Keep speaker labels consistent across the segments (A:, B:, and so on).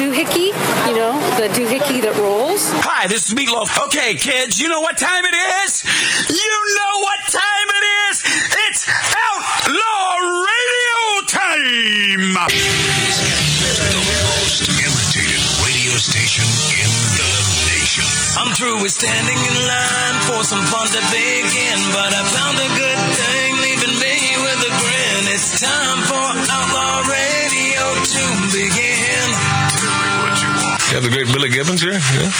A: doohickey, you know, the doohickey that rolls.
B: Hi, this is Meatloaf. Okay, kids, you know what time it is? You know what time it is? It's Outlaw Radio time!
C: imitated radio station in the nation.
D: I'm through with standing in line for some fun to begin, but I found a good thing leaving me with a grin. It's time for Outlaw Radio to begin.
C: Tell me what you want.
E: Got the great Billy Gibbons here. Yeah.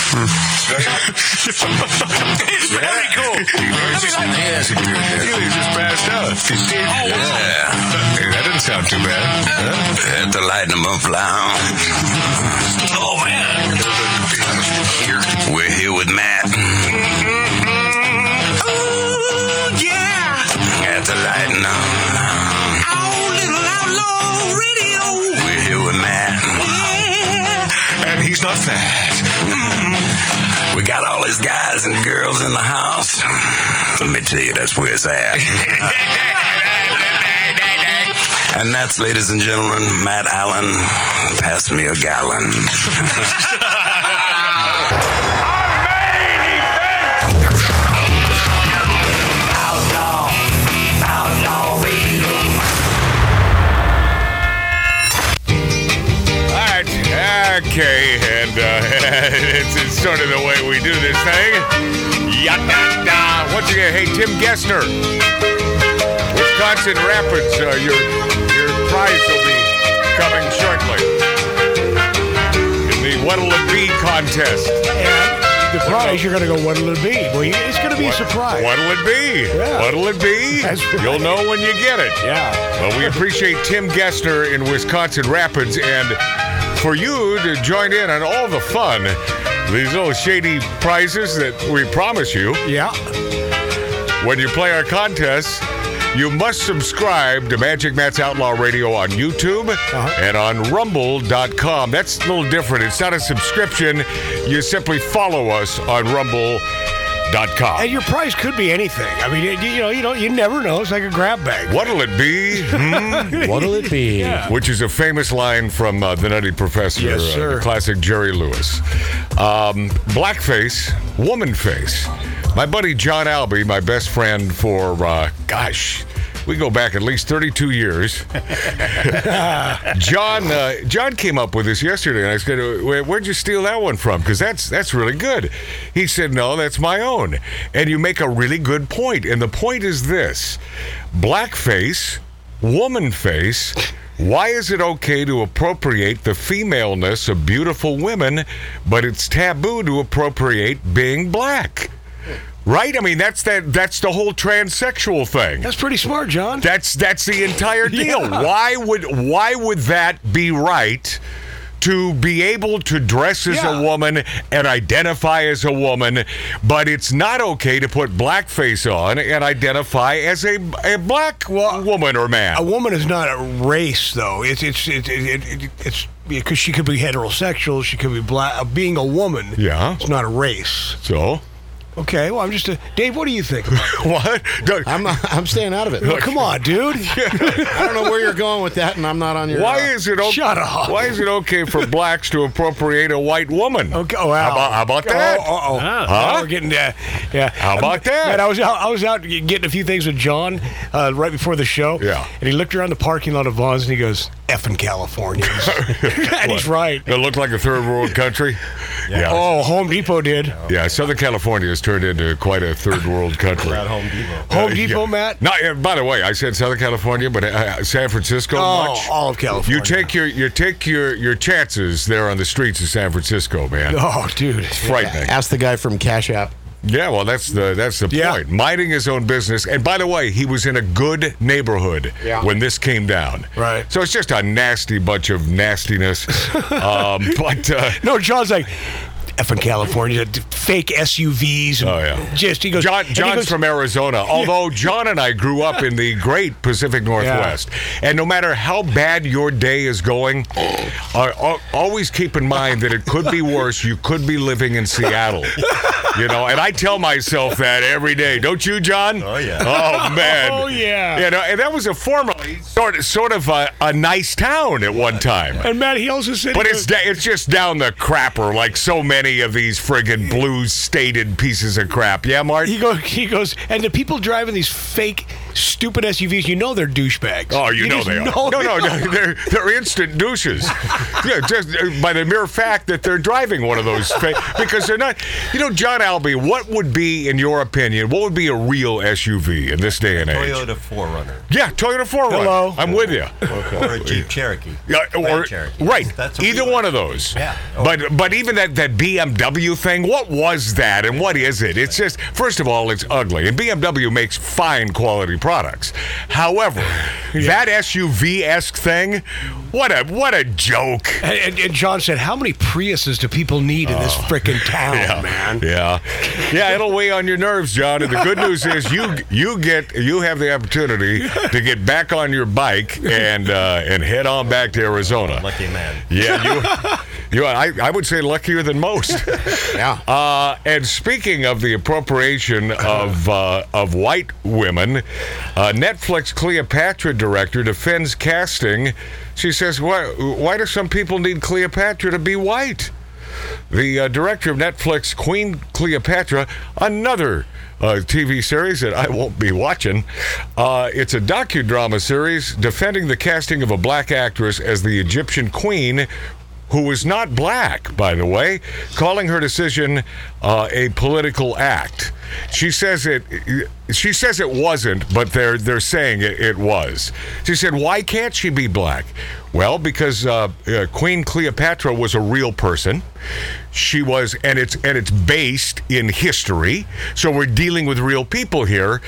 C: it's very cool.
E: He just passed out. Oh,
C: Yeah.
E: Hey, that didn't sound too bad.
C: Had to lighten them up loud. Oh, man. We're here with Matt.
B: Oh, yeah!
C: Had to lighten up.
B: Our little Outlaw Radio!
C: We're here with Matt.
E: And he's not fat.
C: Mm-hmm. We got all his guys and girls in the house. Let me tell you, that's where it's at. And that's, ladies and gentlemen, Matt Allen. Pass me a gallon.
E: All right. Okay. And uh, it's, it's sort of the way we do this thing. Yada. Once again, hey, Tim Gessner. Wisconsin Rapids, uh, your, your prize will be coming shortly. In the What'll It Be contest.
F: And the prize, you're going to go, what'll it be? Well, you, it's going to be a surprise.
E: What'll it be?
F: Yeah.
E: What'll it be?
F: That's right.
E: You'll know when you get it.
F: Yeah.
E: Well, we appreciate Tim Gessner in Wisconsin Rapids and for you to join in on all the fun. These little shady prizes that we promise you
F: Yeah.
E: when you play our contests. You must subscribe to Magic Matt's Outlaw Radio on YouTube and on rumble.com. That's a little different. It's not a subscription. You simply follow us on rumble.com.
F: And your prize could be anything. I mean, you, you know, you know, you never know. It's like a grab bag.
E: What'll it be? Hmm?
G: What'll it be?
E: which is a famous line from uh, the Nutty Professor,
F: Yes,
E: uh,
F: sir.
E: the classic Jerry Lewis. Um, blackface, woman face. My buddy John Albee, my best friend for uh, gosh, we go back at least 32 years. John, uh, John came up with this yesterday, and I said, "Where- "Where'd you steal that one from?" Because that's that's really good. He said, "No, that's my own." And you make a really good point. And the point is this: blackface, woman face. Why is it okay to appropriate the femaleness of beautiful women, but it's taboo to appropriate being black? Right? I mean, that's that. That's the whole transsexual thing.
F: That's pretty smart, John.
E: That's that's the entire deal. Why would why would that be right? To be able to dress as
F: Yeah.
E: a woman and identify as a woman, but it's not okay to put blackface on and identify as a, a black woman or man.
F: a woman is not a race, though. It's it's it, it, it, it- it's because she could be heterosexual. She could be black. Uh, being a woman,
E: Yeah.
F: it's not a race.
E: so
F: Okay. Well, I'm just a Dave. What do you think? Well,
E: what? Don't-
G: I'm I'm staying out of it.
F: come on, dude.
G: I don't know where you're going with that, and I'm not on your.
E: why
G: uh,
E: is it okay?
F: Shut up.
E: Why is it okay for blacks to appropriate a white woman?
F: Okay. oh, Wow.
E: How about, how about that?
F: Oh, oh, oh.
E: Huh?
F: Now we're getting uh, yeah.
E: How about that?
F: Man, I was out. I was out getting a few things with John uh, right before the show.
E: Yeah.
F: And he looked around the parking lot of Vaughn's and he goes, "Effing California," and he's right.
E: It looked like a third world country. yeah.
F: Oh, Home Depot did.
E: Yeah, Southern California has turned into quite a third world country.
G: at Home Depot?
F: Home Depot, Matt.
E: No, uh, by the way, I said Southern California, but uh, San Francisco.
F: Oh,
E: much?
F: all of California.
E: You take your you take your your chances there on the streets of San Francisco, man.
F: Oh, dude.
E: It's frightening.
G: Ask the guy from Cash App.
E: Yeah, well, that's the that's the
F: Yeah.
E: point. Minding his own business, and by the way, he was in a good neighborhood
G: Yeah.
E: when this came down.
F: Right.
E: So it's just a nasty bunch of nastiness. um, but uh,
F: No, John's like, effing California, d- fake SUVs. And
E: Oh, yeah.
F: Just, he goes,
E: John,
F: and he
E: John's
F: goes,
E: from Arizona. Although John and I grew up in the great Pacific Northwest, and no matter how bad your day is going,
F: Oh.
E: uh, al- always keep in mind that it could be worse. You could be living in Seattle. You know, and I tell myself that every day. Don't you, John?
H: Oh, yeah.
E: Oh man.
F: Oh, yeah.
E: You know, and that was a formerly sort of sort of a, a nice town at one time.
F: And Matt, he also said,
E: But
F: he
E: it's
F: goes-
E: da- it's just down the crapper, like so many of these friggin' blues stated pieces of crap. Yeah, Mark.
F: he goes, he goes, and the people driving these fake, stupid SUVs, you know they're douchebags.
E: Oh, you, know
F: just
E: they are. no, no, no, they're they're instant douches. yeah, just uh, by the mere fact that they're driving one of those fa- because they're not. You know, John Albee, what would be, in your opinion, what would be a real SUV in this day and age?
H: Toyota 4Runner.
E: Yeah, Toyota 4Runner.
F: Hello.
E: I'm with you.
H: Or a Jeep Cherokee.
E: Yeah,
H: Grand
E: or,
H: Cherokee.
E: right,
H: That's a
E: either
H: real-
E: one of those.
H: Yeah. Oh.
E: But but even that, that BMW thing, what was that and what is it? It's just first of all, it's ugly, and BMW makes fine quality products. However, that SUV esque thing, what a what a joke.
F: And, and, and John said, how many Priuses do people need in this frickin' town, man?
E: Oh. Yeah, yeah, it'll weigh on your nerves, John. And the good news is you you get you have the opportunity to get back on your bike and uh, and head on back to Arizona.
H: Lucky man.
E: Yeah, you, you I, I would say luckier than most.
G: Yeah.
E: Uh, and speaking of the appropriation of uh, of white women, uh, Netflix Cleopatra director defends casting. She says, "Why why do some people need Cleopatra to be white?" The uh, director of Netflix Queen Cleopatra, another uh, TV series that I won't be watching. Uh, it's a docudrama series defending the casting of a black actress as the Egyptian queen who was not black, by the way, calling her decision uh, a political act. She says it. She says it wasn't, but they're they're saying it, it was. She said, "Why can't she be black?" Well, because uh, uh, Queen Cleopatra was a real person. She was, and it's and it's based in history. So we're dealing with real people here,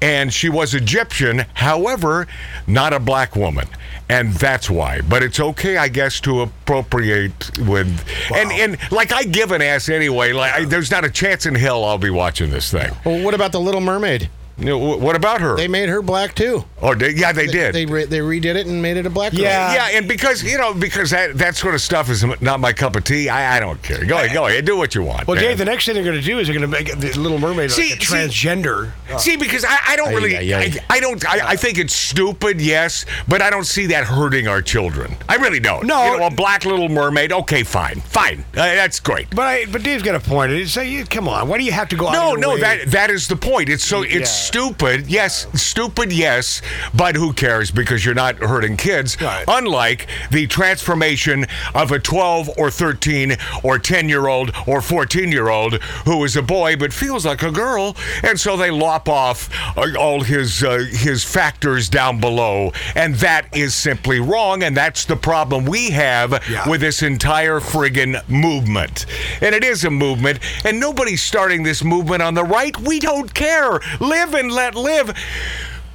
E: and she was Egyptian. However, not a black woman and that's why. But it's okay, I guess, to appropriate with and and like I give an ass anyway. Like I, there's not a chance in hell I'll be watching this thing.
G: Well, what about the Little Mermaid?
E: You know, wh- what about her?
G: They made her black too.
E: or they, yeah, they, did.
G: They re- they redid it and made it a black. girl.
F: Yeah.
E: yeah, and because you know, because that that sort of stuff is not my cup of tea. I, I don't care. Go ahead, go ahead, do what you want.
F: Well,
E: man.
F: Dave, the next thing they're going to do is they're going to make the Little Mermaid
E: See,
F: like a
E: see-
F: transgender.
E: See, because I, I don't really,
G: ay, ay.
E: I, I don't, I, I think it's stupid, yes, but I don't see that hurting our children. I really don't.
F: No.
E: You know, a black little mermaid, okay, fine, fine. Uh, that's great.
F: But I, but Dave's got a point. It's like, yeah, come on, why do you have to go? out
E: No,
F: of your
E: no,
F: way?
E: that that is the point. It's so it's
F: Yeah.
E: stupid. Yes, stupid. Yes, but who cares? Because you're not hurting kids.
F: Right.
E: Unlike the transformation of a 12 or 13 or 10 year old or 14 year old who is a boy but feels like a girl, and so they lop off uh, all his uh, his factors down below, and that is simply wrong, and that's the problem we have
F: Yeah.
E: with this entire friggin' movement. And it is a movement, and nobody's starting this movement on the right. We don't care. Live and let live.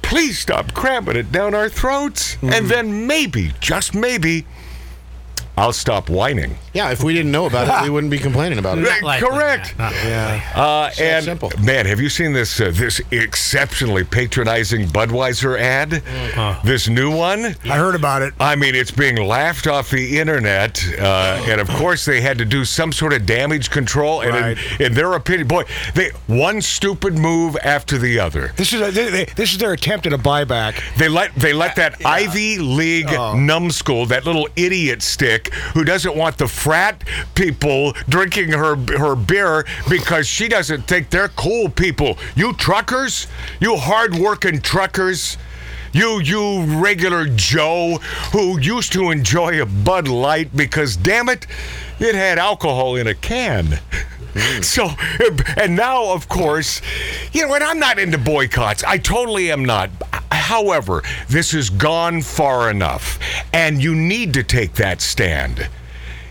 E: Please stop cramming it down our throats. And then maybe, just maybe, I'll stop whining.
G: yeah. If we didn't know about it, we wouldn't be complaining about it.
E: Right, Correct. Uh, and
G: simple.
E: man, have you seen this uh, this exceptionally patronizing Budweiser ad? This new one.
F: I heard about it.
E: I mean, it's being laughed off the internet, uh, and of course they had to do some sort of damage control. And
F: Right.
E: in, in their opinion, boy, they one stupid move after the other.
F: This is a, they, they, this is their attempt at a buyback.
E: They let they let that Ivy League numbskull, that little idiot stick, who doesn't want the frat people drinking her her beer because she doesn't think they're cool people. You truckers, you hardworking truckers. You, you regular Joe who used to enjoy a Bud Light because, damn it, it had alcohol in a can. Mm. So, and now, of course, you know, and I'm not into boycotts. I totally am not. However, this has gone far enough, and you need to take that stand.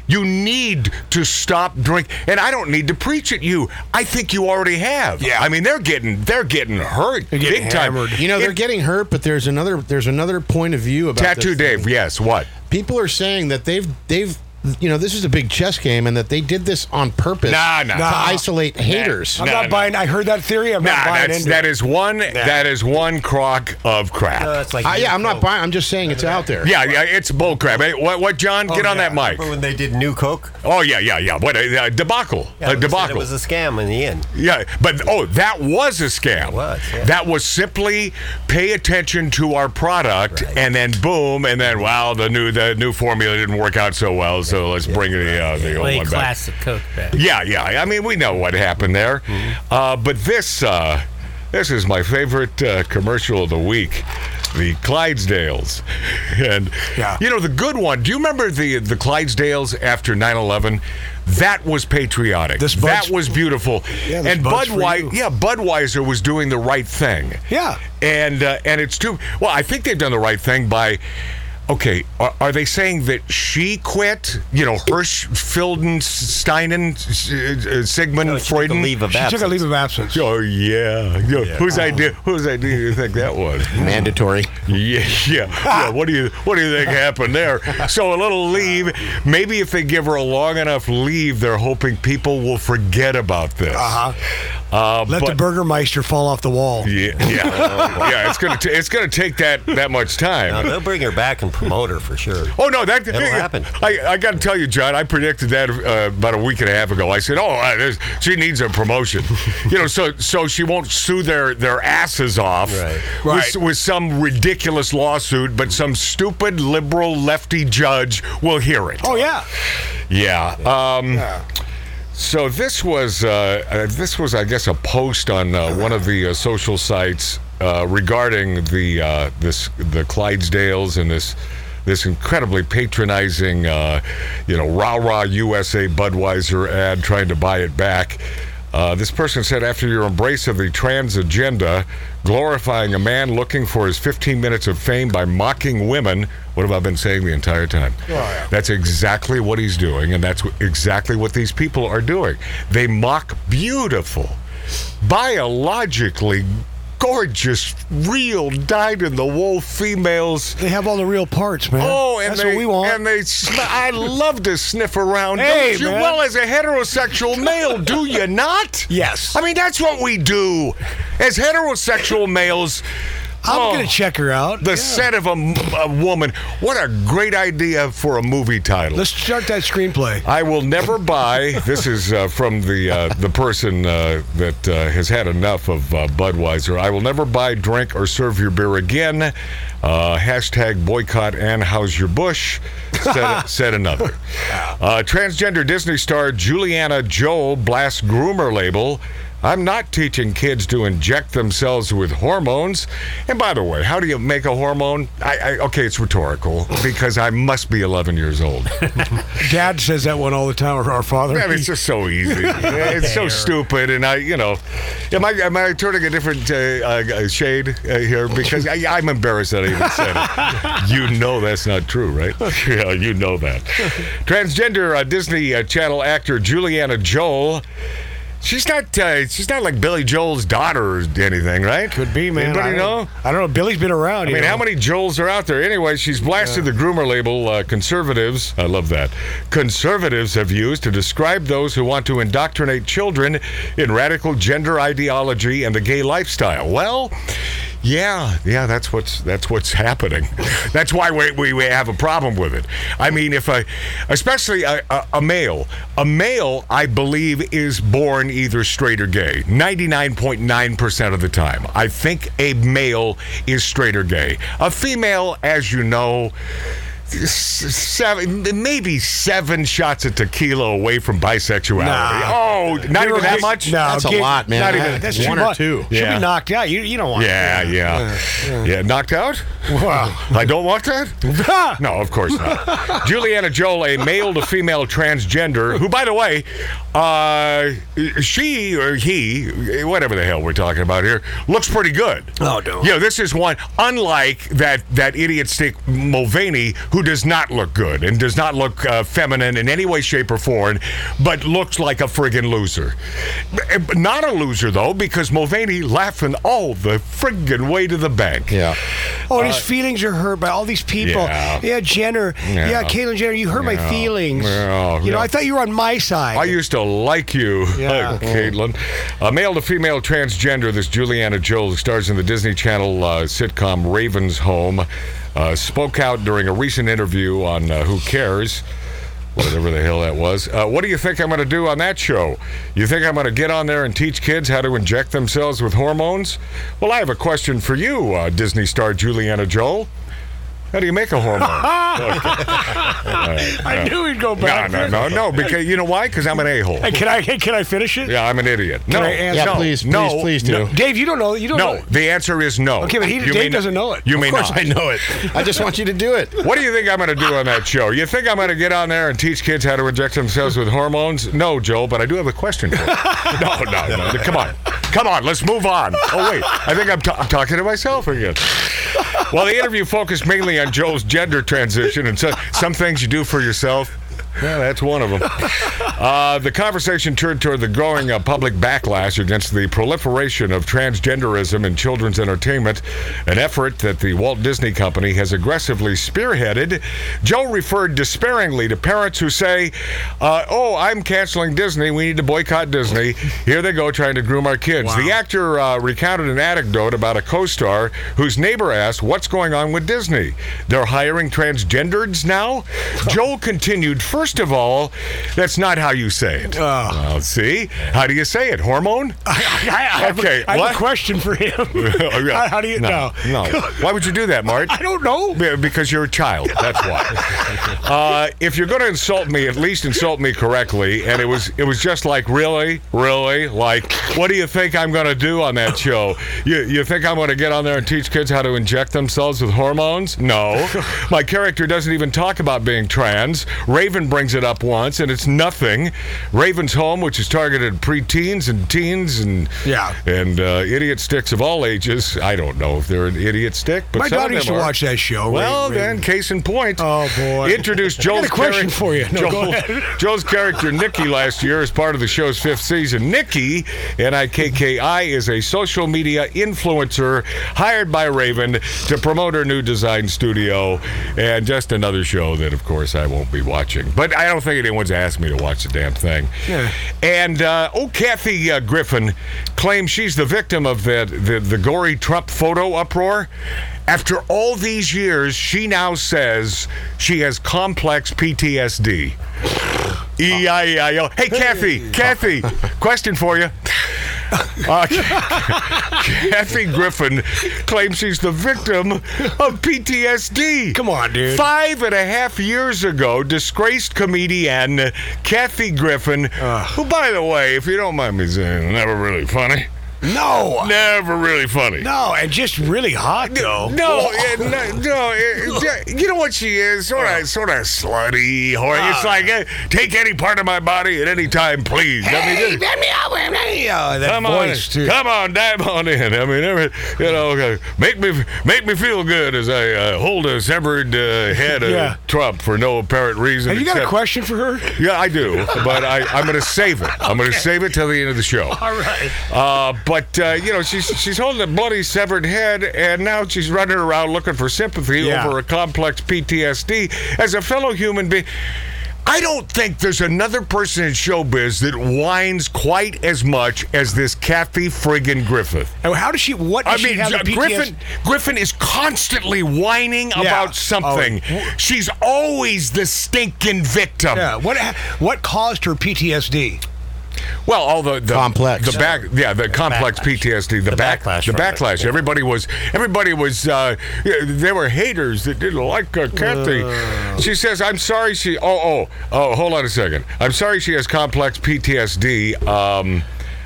E: You need to stop drink, and I don't need to preach at you. I think you already have. Yeah, I mean they're getting they're getting hurt
F: getting
E: big time.
F: hammered.
G: You know they're
E: It-
G: getting hurt, but there's another there's another point of view about
E: tattoo
G: this thing.
E: Dave. Yes, what?
G: People are saying that they've they've you know, this is a big chess game, and that they did this on purpose
E: Nah, nah.
G: to
F: Nah.
G: isolate haters.
F: I'm
E: Nah,
F: not
E: nah.
F: buying. I heard that theory. I'm
E: Nah,
F: not buying
E: that's,
F: into
E: that
F: it.
E: is one. That is one crock of crap.
H: No, it's like
G: I, Ah, yeah, I'm not
H: Nuke
G: buying. I'm just saying it's out there.
E: yeah, yeah, it's bull crap. Hey, what, what, John?
H: Coke.
E: Get
H: Oh,
E: on
H: yeah.
E: that mic.
H: Remember when they did New Coke?
E: Oh yeah, yeah, yeah. What a, a debacle!
H: Yeah,
E: a
H: they said
E: debacle.
H: It was a scam in the end.
E: Yeah, but oh, that was a scam.
H: was, yeah.
E: That was simply pay attention to our product,
H: Right.
E: and then boom, and then wow, the new the new formula didn't work out so well, so let's bring the uh, the old
I: Way
E: one back.
I: classic Coke back.
E: Yeah, yeah. I mean, we know what happened there, uh, but this uh, this is my favorite uh, commercial of the week. The Clydesdales, and
F: Yeah.
E: you know the good one. Do you remember the the Clydesdales after 9/11? That was patriotic.
F: This
E: that
F: Bud's-
E: was beautiful.
F: Yeah, this
E: and
F: Bud's for
E: Budweiser,
F: you.
E: yeah, Budweiser was doing the right thing.
F: Yeah.
E: and uh, and it's too well. I think they've done the right thing by. Okay, are, are they saying that she quit? You know, Hirsch, Filden, Steinen, uh, uh, Sigmund,
H: No, Oh, she took a
E: Freuden.
H: leave of
F: She took a
H: absence.
F: leave of absence.
E: Oh yeah, Yo, whose idea? Whose idea do you think that was?
G: Mandatory.
E: Yeah, yeah, yeah. What do you What do you think happened there? So a little leave. Maybe if they give her a long enough leave, they're hoping people will forget about this. Uh-huh. Uh
F: Let the
E: but-
F: Burgermeister fall off the wall.
E: Yeah, yeah, yeah. It's gonna t- It's gonna take that that much time.
H: Oh. Now, they'll bring her back and promote her for sure.
E: Oh no, that
H: It'll happen.
E: I, I got to tell you, John. I predicted that uh, about a week and a half ago. I said, "Oh, uh, there's, she needs a promotion," you know, so so she won't sue their their asses off
H: Right.
E: With,
F: Right.
E: with some ridiculous lawsuit, but some stupid liberal lefty judge will hear it.
F: Oh yeah.
E: Yeah. Um, So this was uh, uh, this was, I guess, a post on uh, one of the uh, social sites uh, regarding the uh, this the Clydesdales and this this incredibly patronizing, uh, you know, rah rah USA Budweiser ad trying to buy it back. Uh, this person said, after your embrace of the trans agenda, glorifying a man looking for his 15 minutes of fame by mocking women, what have I been saying the entire time?
F: Oh,
E: That's exactly what he's doing, and that's wh- exactly what these people are doing. They mock beautiful, biologically gorgeous, real, dyed in the wool females.
F: They have all the real parts, man.
E: Oh, and
F: that's
E: they
F: what we want.
E: and they. Sm- I love to sniff around.
F: Hey,
E: don't you?
F: man.
E: Well, as a heterosexual male, do you not?
F: Yes.
E: I mean, that's what we do as heterosexual males.
F: I'm
E: Oh,
F: gonna check her out.
E: the
F: Yeah.
E: scent of a, m- a woman. What a great idea for a movie title.
F: Let's start that screenplay.
E: I will never buy. This is uh, from the uh, the person uh, that uh, has had enough of uh, Budweiser. I will never buy, drink, or serve your beer again. Uh, hashtag boycott Anheuser Busch. Said, said another. Uh, transgender Disney star Juliana Joel blasts groomer label. I'm not teaching kids to inject themselves with hormones. And by the way, how do you make a hormone? I, I, okay, it's rhetorical because I must be 11 years old.
F: Dad says that one all the time. Or our father.
E: Man, it's just so easy. it's so stupid, and I, you know, am I am I turning a different uh, uh, shade uh, here because I, I'm embarrassed that I even said it. You know that's not true, right? yeah, you know that. Transgender uh, Disney uh, Channel actor Juliana Joel. She's not. Uh, she's not like Billy Joel's daughter or anything, right?
F: Could be, man.
E: Anybody
F: I
E: know?
F: don't- I don't know. Billy's been around.
E: I mean, how many Joels are out there? Anyway, she's blasted the groomer label uh, conservatives. I love that. Conservatives have used to describe those who want to indoctrinate children in radical gender ideology and the gay lifestyle. Well, yeah, yeah, that's what's that's what's happening. That's why we, we, we have a problem with it. I mean, if a, especially a, a, a male, a male, I believe is born either straight or gay. Ninety nine point nine percent of the time, I think a male is straight or gay. A female, as you know. s- Seven, maybe seven shots of tequila away from bisexuality.
F: Nah.
E: Oh, not even that much.
F: No,
G: That's a
F: get-
G: lot, man.
F: Not even
G: That-
F: that's
G: one
F: too
G: or
F: much.
G: two.
F: She'll
E: Yeah.
F: be knocked out. You you don't want.
E: Yeah, yeah, yeah. knocked out?
F: Wow.
E: I don't want that? no, of course not. Juliana Joel, a male to female transgender, who, by the way, uh, she or he, whatever the hell we're talking about here, looks pretty good.
F: Oh, no.
E: Yeah, this is one, unlike that, that idiot stick Mulvaney, who does not look good and does not look uh, feminine in any way, shape, or form, but looks like a friggin' loser. B- b- Not a loser, though, because Mulvaney laughing all the friggin' way to the bank.
G: Yeah.
F: Oh, and his feelings are hurt by all these people.
E: Uh, yeah.
F: Yeah, Jenner. Yeah,
E: Yeah.
F: Caitlyn Jenner, you hurt
E: Yeah.
F: my feelings.
E: Yeah,
F: you know,
E: yeah.
F: I thought you were on my side.
E: I used to like you,
F: Yeah.
E: Caitlin. A male to female transgender, this Juliana Joel stars in the Disney Channel uh, sitcom Raven's Home, uh, spoke out during a recent interview on uh, Who Cares. Whatever the hell that was. Uh, what do you think I'm going to do on that show? You think I'm going to get on there and teach kids how to inject themselves with hormones? Well, I have a question for you, uh, Disney star Juliana Joel. How do you make a hormone?
F: I knew he'd go
E: no,
F: back.
E: no, no, no. Because you know why? Because I'm an a-hole.
F: Hey, can I can I finish it?
E: Yeah, I'm an idiot. No,
F: I answer?
G: Yeah,
E: no,
G: please, please,
E: no,
G: please do.
E: No,
F: Dave, you don't know. You don't
E: no,
F: know.
E: the answer is no.
F: Okay, but he- Dave
E: may not-
F: doesn't know it.
E: You
G: Of
E: may
G: course
E: not.
G: I know it. I just want you to do it.
E: What do you think I'm going to do on that show? You think I'm going to get on there and teach kids how to inject themselves with hormones? No, Joe, but I do have a question for you. No, no, no. Come on. Come on, let's move on. Oh, wait. I think I'm, ta- I'm talking to myself again. Well, the interview focused mainly on Joe's gender transition and so- some things you do for yourself. Yeah, that's one of them. Uh, the conversation turned toward the growing uh, public backlash against the proliferation of transgenderism in children's entertainment, an effort that the Walt Disney Company has aggressively spearheaded. Joe referred despairingly to parents who say, uh, Oh, I'm canceling Disney. We need to boycott Disney. Here they go trying to groom our kids. The actor uh, recounted an anecdote about a co star whose neighbor asked, What's going on with Disney? They're hiring transgendereds now? Joel continued, First of all, that's not how you say it. Well, see? How do you say it? Hormone?
F: I, I have,
E: Okay,
F: a, I
E: what?
F: have a question for him. How- How do you
E: Oh, no,
F: know?
E: No. Why would you do that, Mart?
F: I don't know.
E: Be- Because you're a child. That's why. uh, if you're going to insult me, at least insult me correctly. And it was it was just like really, really, like what do you think I'm going to do on that show? You you think I'm going to get on there and teach kids how to inject themselves with hormones? No. My character doesn't even talk about being trans. Raven brings it up once, and it's nothing. Raven's Home, which is targeted at preteens and teens and
F: Yeah.
E: and uh, idiot sticks of all ages. I don't know if they're an idiot stick, but
F: My
E: some of
F: daughter used
E: them
F: to
E: are.
F: watch that show.
E: Well,
F: Raven.
E: then, case in point.
F: Oh, boy.
E: Introduced Joel's
F: a question
E: charac-
F: for you. No, go
E: Joel- Joel's character Nikki last year as part of the show's fifth season. Nikki, N-I-K-K-I, is a social media influencer hired by Raven to promote her new design studio and just another show that, of course, I won't be watching. But I don't think anyone's asked me to watch the damn thing.
F: Yeah.
E: And uh, oh, Kathy uh, Griffin claims she's the victim of the, the the gory Trump photo uproar. After all these years, she now says she has complex PTSD. E E-I-E-I-O. Hey, Kathy, Kathy, question for you. Uh, Kathy Griffin claims she's the victim of PTSD.
F: Come on, dude.
E: Five and a half years ago, disgraced comedian Kathy Griffin, who, by the way, if you don't mind me saying, never really funny.
F: no. no.
E: Never really funny.
F: and just really hot, though.
E: No, eh, no, no. eh, eh, you know what she is? Sort
F: Oh.
E: of, sort of slutty. Or
F: Ah.
E: it's like, eh, take any part of my body at any time, please. I mean,
F: Hey,
E: just-
F: let me out, let me out. Oh, That
E: Come on,
F: voice, too.
E: come on, dive on in. I mean, every, you know, uh, make me make me feel good as I uh, hold a severed uh, head of
F: Yeah.
E: Trump for no apparent reason.
F: Have you got a
E: except-
F: question for her?
E: Yeah, I do, but I, I'm going to save it. I'm going to save it till the end of the show.
F: All right.
E: Uh, but uh, you know, she's she's holding a bloody severed head, and now she's running around looking for sympathy
F: Yeah.
E: over a complex PTSD as a fellow human being. I don't think there's another person in showbiz that whines quite as much as this Kathy friggin' Griffith.
F: And How does she? What does
E: I mean,
F: she have the
E: J-
F: PTSD?
E: Griffin Griffin is constantly whining about something.
F: Oh, w-
E: She's always the stinking victim.
F: Yeah. What? What caused her PTSD?
E: Well, all the, the
G: Complex.
E: the back, yeah, the, complex
H: backlash.
E: PTSD, the,
H: The
E: back,
H: backlash
E: the
H: from it,
E: backlash.
H: yeah.
E: Everybody was, everybody was, uh, yeah, they were haters that didn't like uh, Kathy. She says, "I'm sorry." She, oh, oh, oh, hold on a second. I'm sorry she has complex PTSD. Um,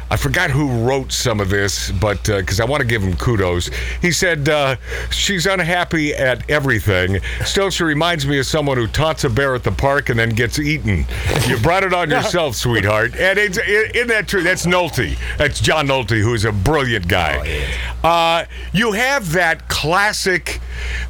E: I forgot who wrote some of this, but because I want to give him kudos, he said uh, she's unhappy at everything. Still, she reminds me of someone who taunts a bear at the park and then gets eaten. You brought it on yourself, sweetheart. And it's, i- isn't that true? That's Nolte. That's John Nolte, who is a brilliant guy. Uh, you have that classic.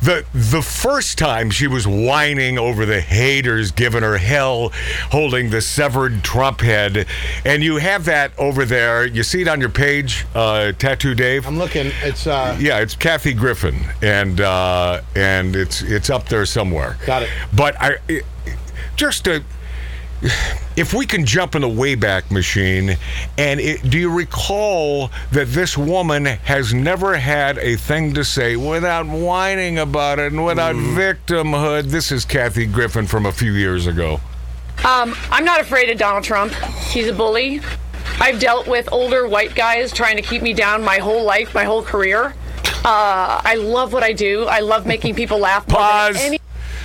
E: The the first time she was whining over the haters giving her hell, holding the severed Trump head, and you have that over there. You see it on your page, uh, Tattoo Dave.
G: I'm looking. It's uh,
E: Yeah, it's Kathy Griffin, and uh, and it's it's up there somewhere.
G: Got it.
E: But I it, just to, if we can jump in the wayback machine, and it, do you recall that this woman has never had a thing to say without whining about it and without
G: Mm.
E: victimhood? This is Kathy Griffin from a few years ago.
I: Um, I'm not afraid of Donald Trump. He's a bully. I've dealt with older white guys trying to keep me down my whole life, my whole career. Uh, I love what I do. I love making people laugh. more than
E: Pause.
I: any-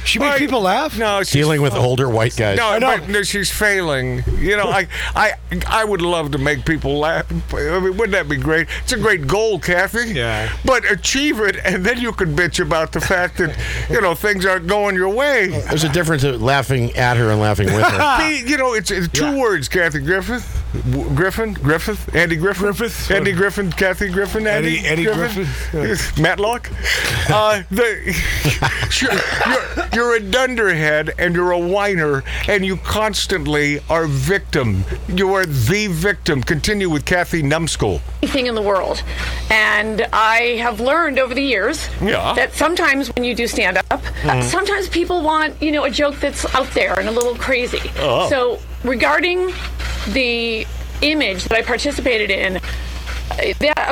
F: She made
E: Right.
F: people laugh.
E: No, she's
G: dealing with older white guys.
E: No,
F: I know.
E: but no, she's failing. You know, I, I, I would love to make people laugh. I mean, wouldn't that be great? It's a great goal, Kathy.
F: Yeah.
E: But achieve it, and then you can bitch about the fact that you know things aren't going your way.
G: There's a difference of laughing at her and laughing with her.
E: Be- you know, it's, it's two words, Kathy Griffith, W- Griffin, Griffith, Andy Griffin,
F: Griffith.
E: Andy Griffin, Kathy Griffin, Andy,
F: Eddie- Eddie Griffin.
E: Matlock. Uh, the, you're, you're, you're a dunderhead and you're a whiner, and you constantly are victim. You are the victim. Continue with Kathy Numskull.
I: anything in the world. And I have learned over the years
E: Yeah. Hmm.
I: that sometimes when you do stand up, sometimes people want, you know, a joke that's out there and a little crazy.
E: Oh.
I: So regarding the image that I participated in, uh, that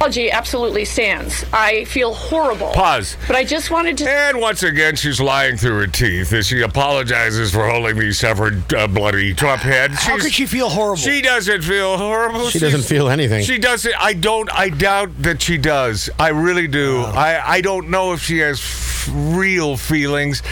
I: apology absolutely stands. I feel horrible.
E: Pause.
I: But I just wanted to
E: And once again, she's lying through her teeth as she apologizes for holding the severed, uh, bloody Trump head. She's,
F: How could she feel horrible?
E: She doesn't feel horrible.
G: She doesn't
E: She's-
G: feel anything.
E: She doesn't. I don't. I doubt that she does. I really do. I. I don't know if she has f- real feelings.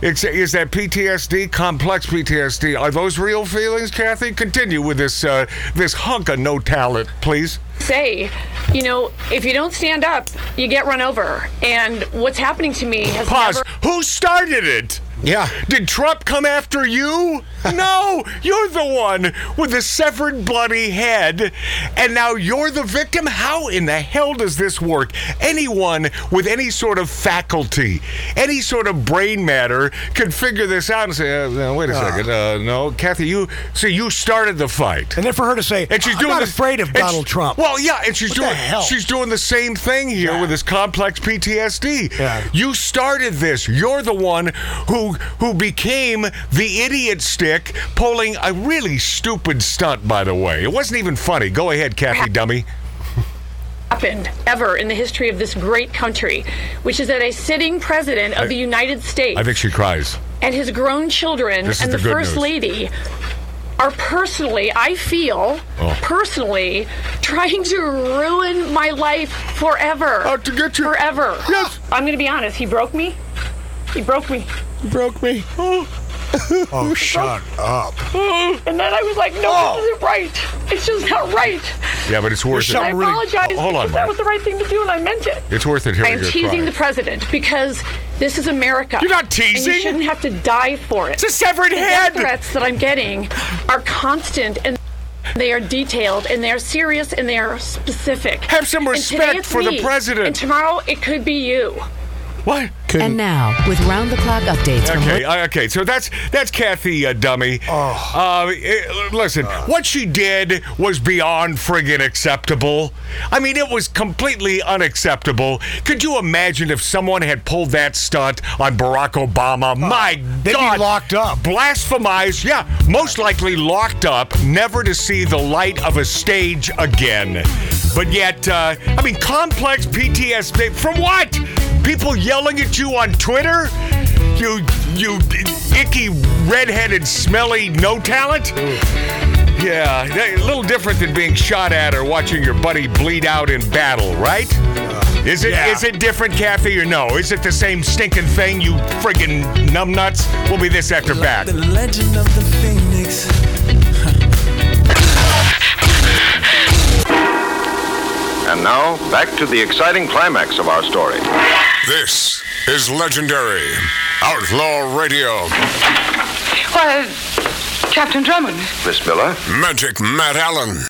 E: It's, is that PTSD, complex PTSD? Are those real feelings, Kathy? Continue with this. Uh, this hunk of no talent, please.
I: say, you know, if you don't stand up, you get run over. And what's happening to me has
E: Pause.
I: never
E: Who started it?
G: Yeah.
E: Did Trump come after you? No, you're the one with the severed bloody head, and now you're the victim. How in the hell does this work? Anyone with any sort of faculty, any sort of brain matter, can figure this out and say, uh, no, "Wait a second, uh, no, Kathy, you see, you started the fight."
F: And then for her to say,
E: And she's
F: I'm
E: doing
F: not
E: this-
F: afraid of
E: and she-
F: Donald Trump.
E: Well, yeah, and she's
F: What the
E: doing
F: hell?
E: she's doing the same thing here with this complex PTSD.
F: Yeah.
E: You started this. You're the one who who became the idiot stick, pulling a really stupid stunt. By the way, it wasn't even funny. Go ahead, Kathy Dummy.
I: happened ever in the history of this great country, which is that a sitting president of the United States
E: I think she cries.
I: and his grown children
E: This is
I: and
E: the
I: the,
E: good
I: first
E: news.
I: lady are personally, I feel,
E: Oh.
I: personally trying to ruin my life forever.
E: Out to get you.
I: Forever.
E: Yes.
I: I'm going to be honest. He broke me. He broke me.
G: Broke me.
F: oh, shut up.
I: And then I was like, no,
E: Oh.
I: this isn't right. It's just not right.
E: Yeah, but it's worth it.
I: And I apologize.
E: Hold on,
I: because that
E: Mark.
I: was the right thing to do, and I meant it.
E: It's worth it. Here
I: I
E: we
I: am
E: go,
I: teasing
E: cry.
I: the president because this is America.
E: You're not
I: And
E: teasing.
I: you shouldn't have to die for it.
E: It's a severed
I: the
E: head.
I: death threats that I'm getting are constant and they are detailed and they are serious and they are specific.
E: Have some
I: And today
E: respect
I: it's
E: for the
I: me,
E: president.
I: And tomorrow it could be you.
E: What?
G: Couldn't.
J: And now, with round the clock updates from
E: Okay, uh, okay. So that's that's Kathy uh, Dummy.
F: Oh.
E: Uh, eh, listen,
F: Uh.
E: what she did was beyond friggin' acceptable. I mean, it was completely unacceptable. Could you imagine if someone had pulled that stunt on Barack Obama? My
F: Uh, They'd be
E: God,
F: locked up.
E: Uh, blasphemized. Yeah, most likely locked up, never to see the light of a stage again. But yet, uh, I mean, complex PTSD from what? People yelling at you on Twitter? You, you icky, redheaded, smelly, no talent? Yeah, that- a little different than being shot at or watching your buddy bleed out in battle, right? Is it is
F: yeah.
E: it different, Kathy, or no? Is it the same stinking thing, you friggin' numbnuts? We'll be this after back.
D: The legend of the Phoenix.
C: And now, back to the exciting climax of our story.
K: This is legendary Outlaw Radio.
I: Why, Captain Drummond.
C: Miss Miller?
K: Magic Matt Allen.